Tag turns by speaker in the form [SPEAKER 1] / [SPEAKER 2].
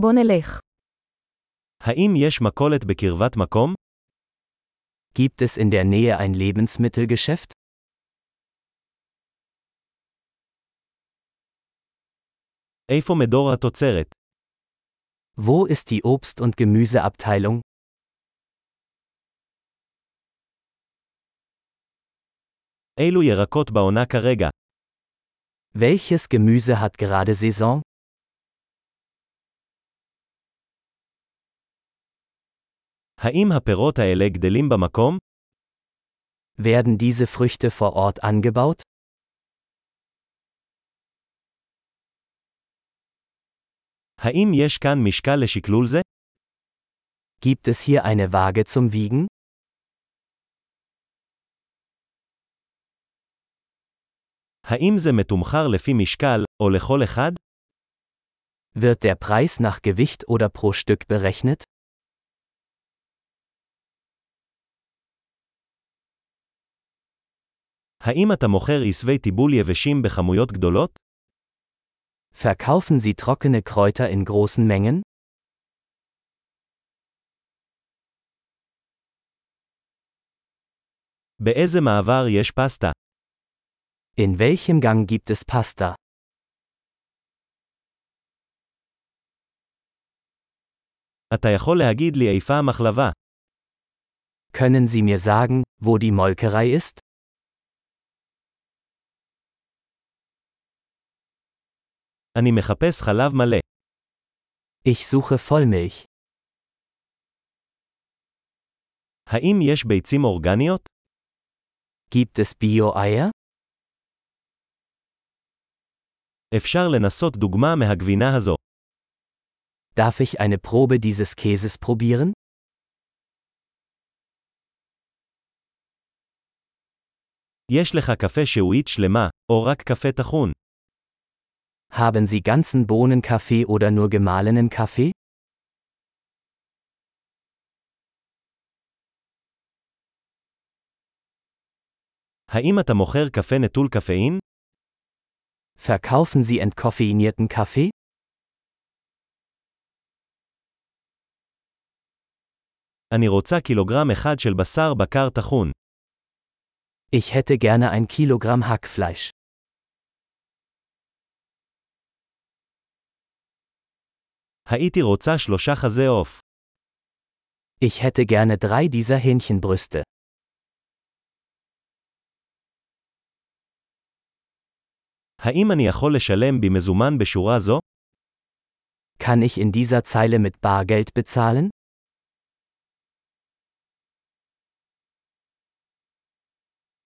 [SPEAKER 1] בוא נלך.
[SPEAKER 2] האם יש מכולת בקרבת מקום?
[SPEAKER 3] Gibt es in der Nähe ein Lebensmittelgeschäft?
[SPEAKER 2] איפה מדור התוצרת?
[SPEAKER 3] Wo ist die Obst- und Gemüseabteilung?
[SPEAKER 2] אילו ירקות בעונה כרגע?
[SPEAKER 3] Welches Gemüse hat gerade Saison?
[SPEAKER 2] האם הפירות האלה גדלים במקום?
[SPEAKER 3] Werden diese Früchte vor Ort angebaut?
[SPEAKER 2] האם יש כאן משקל לשקלול זה?
[SPEAKER 3] Gibt es hier eine Waage zum Wiegen?
[SPEAKER 2] האם זה מתומחר לפי משקל, או לכל אחד?
[SPEAKER 3] Wird der Preis nach Gewicht oder pro Stück berechnet?
[SPEAKER 2] האם אתה מוכר עשבי טיבול יבשים בכמויות גדולות?
[SPEAKER 3] Verkaufen Sie trockene Kräuter in großen Mengen?
[SPEAKER 2] באיזה מעבר יש פסטה?
[SPEAKER 3] In welchem Gang gibt es Pasta?
[SPEAKER 2] אתה יכול להגיד לי איפה המחלבה?
[SPEAKER 3] Können Sie mir sagen, wo die Molkerei ist?
[SPEAKER 2] אני מחפש חלב מלא.
[SPEAKER 3] Ich suche Vollmilch.
[SPEAKER 2] האם יש ביצים אורגניות?
[SPEAKER 3] Gibt es Bio-Eier?
[SPEAKER 2] אפשר לנסות דוגמה מהגבינה הזו.
[SPEAKER 3] Darf ich eine Probe dieses Käses probieren?
[SPEAKER 2] יש לך קפה שהועית שלמה, או רק קפה טחון.
[SPEAKER 3] Haben Sie ganzen Bohnenkaffee oder nur gemahlenen Kaffee?
[SPEAKER 2] האם אתה מוכר קפה נטול קפאין?
[SPEAKER 3] Verkaufen Sie entkoffeinierten Kaffee?
[SPEAKER 2] אני רוצה קילוגרם אחד של בשר בקר טחון.
[SPEAKER 3] Ich hätte gerne ein Kilogramm Hackfleisch.
[SPEAKER 2] הייתי רוצה שלושה חזה עוף.
[SPEAKER 3] Ich hätte gerne drei dieser Hähnchenbrüste.
[SPEAKER 2] האם אני יכול לשלם במזומן בשורה זו?
[SPEAKER 3] Kann ich in dieser Zeile mit Bargeld bezahlen?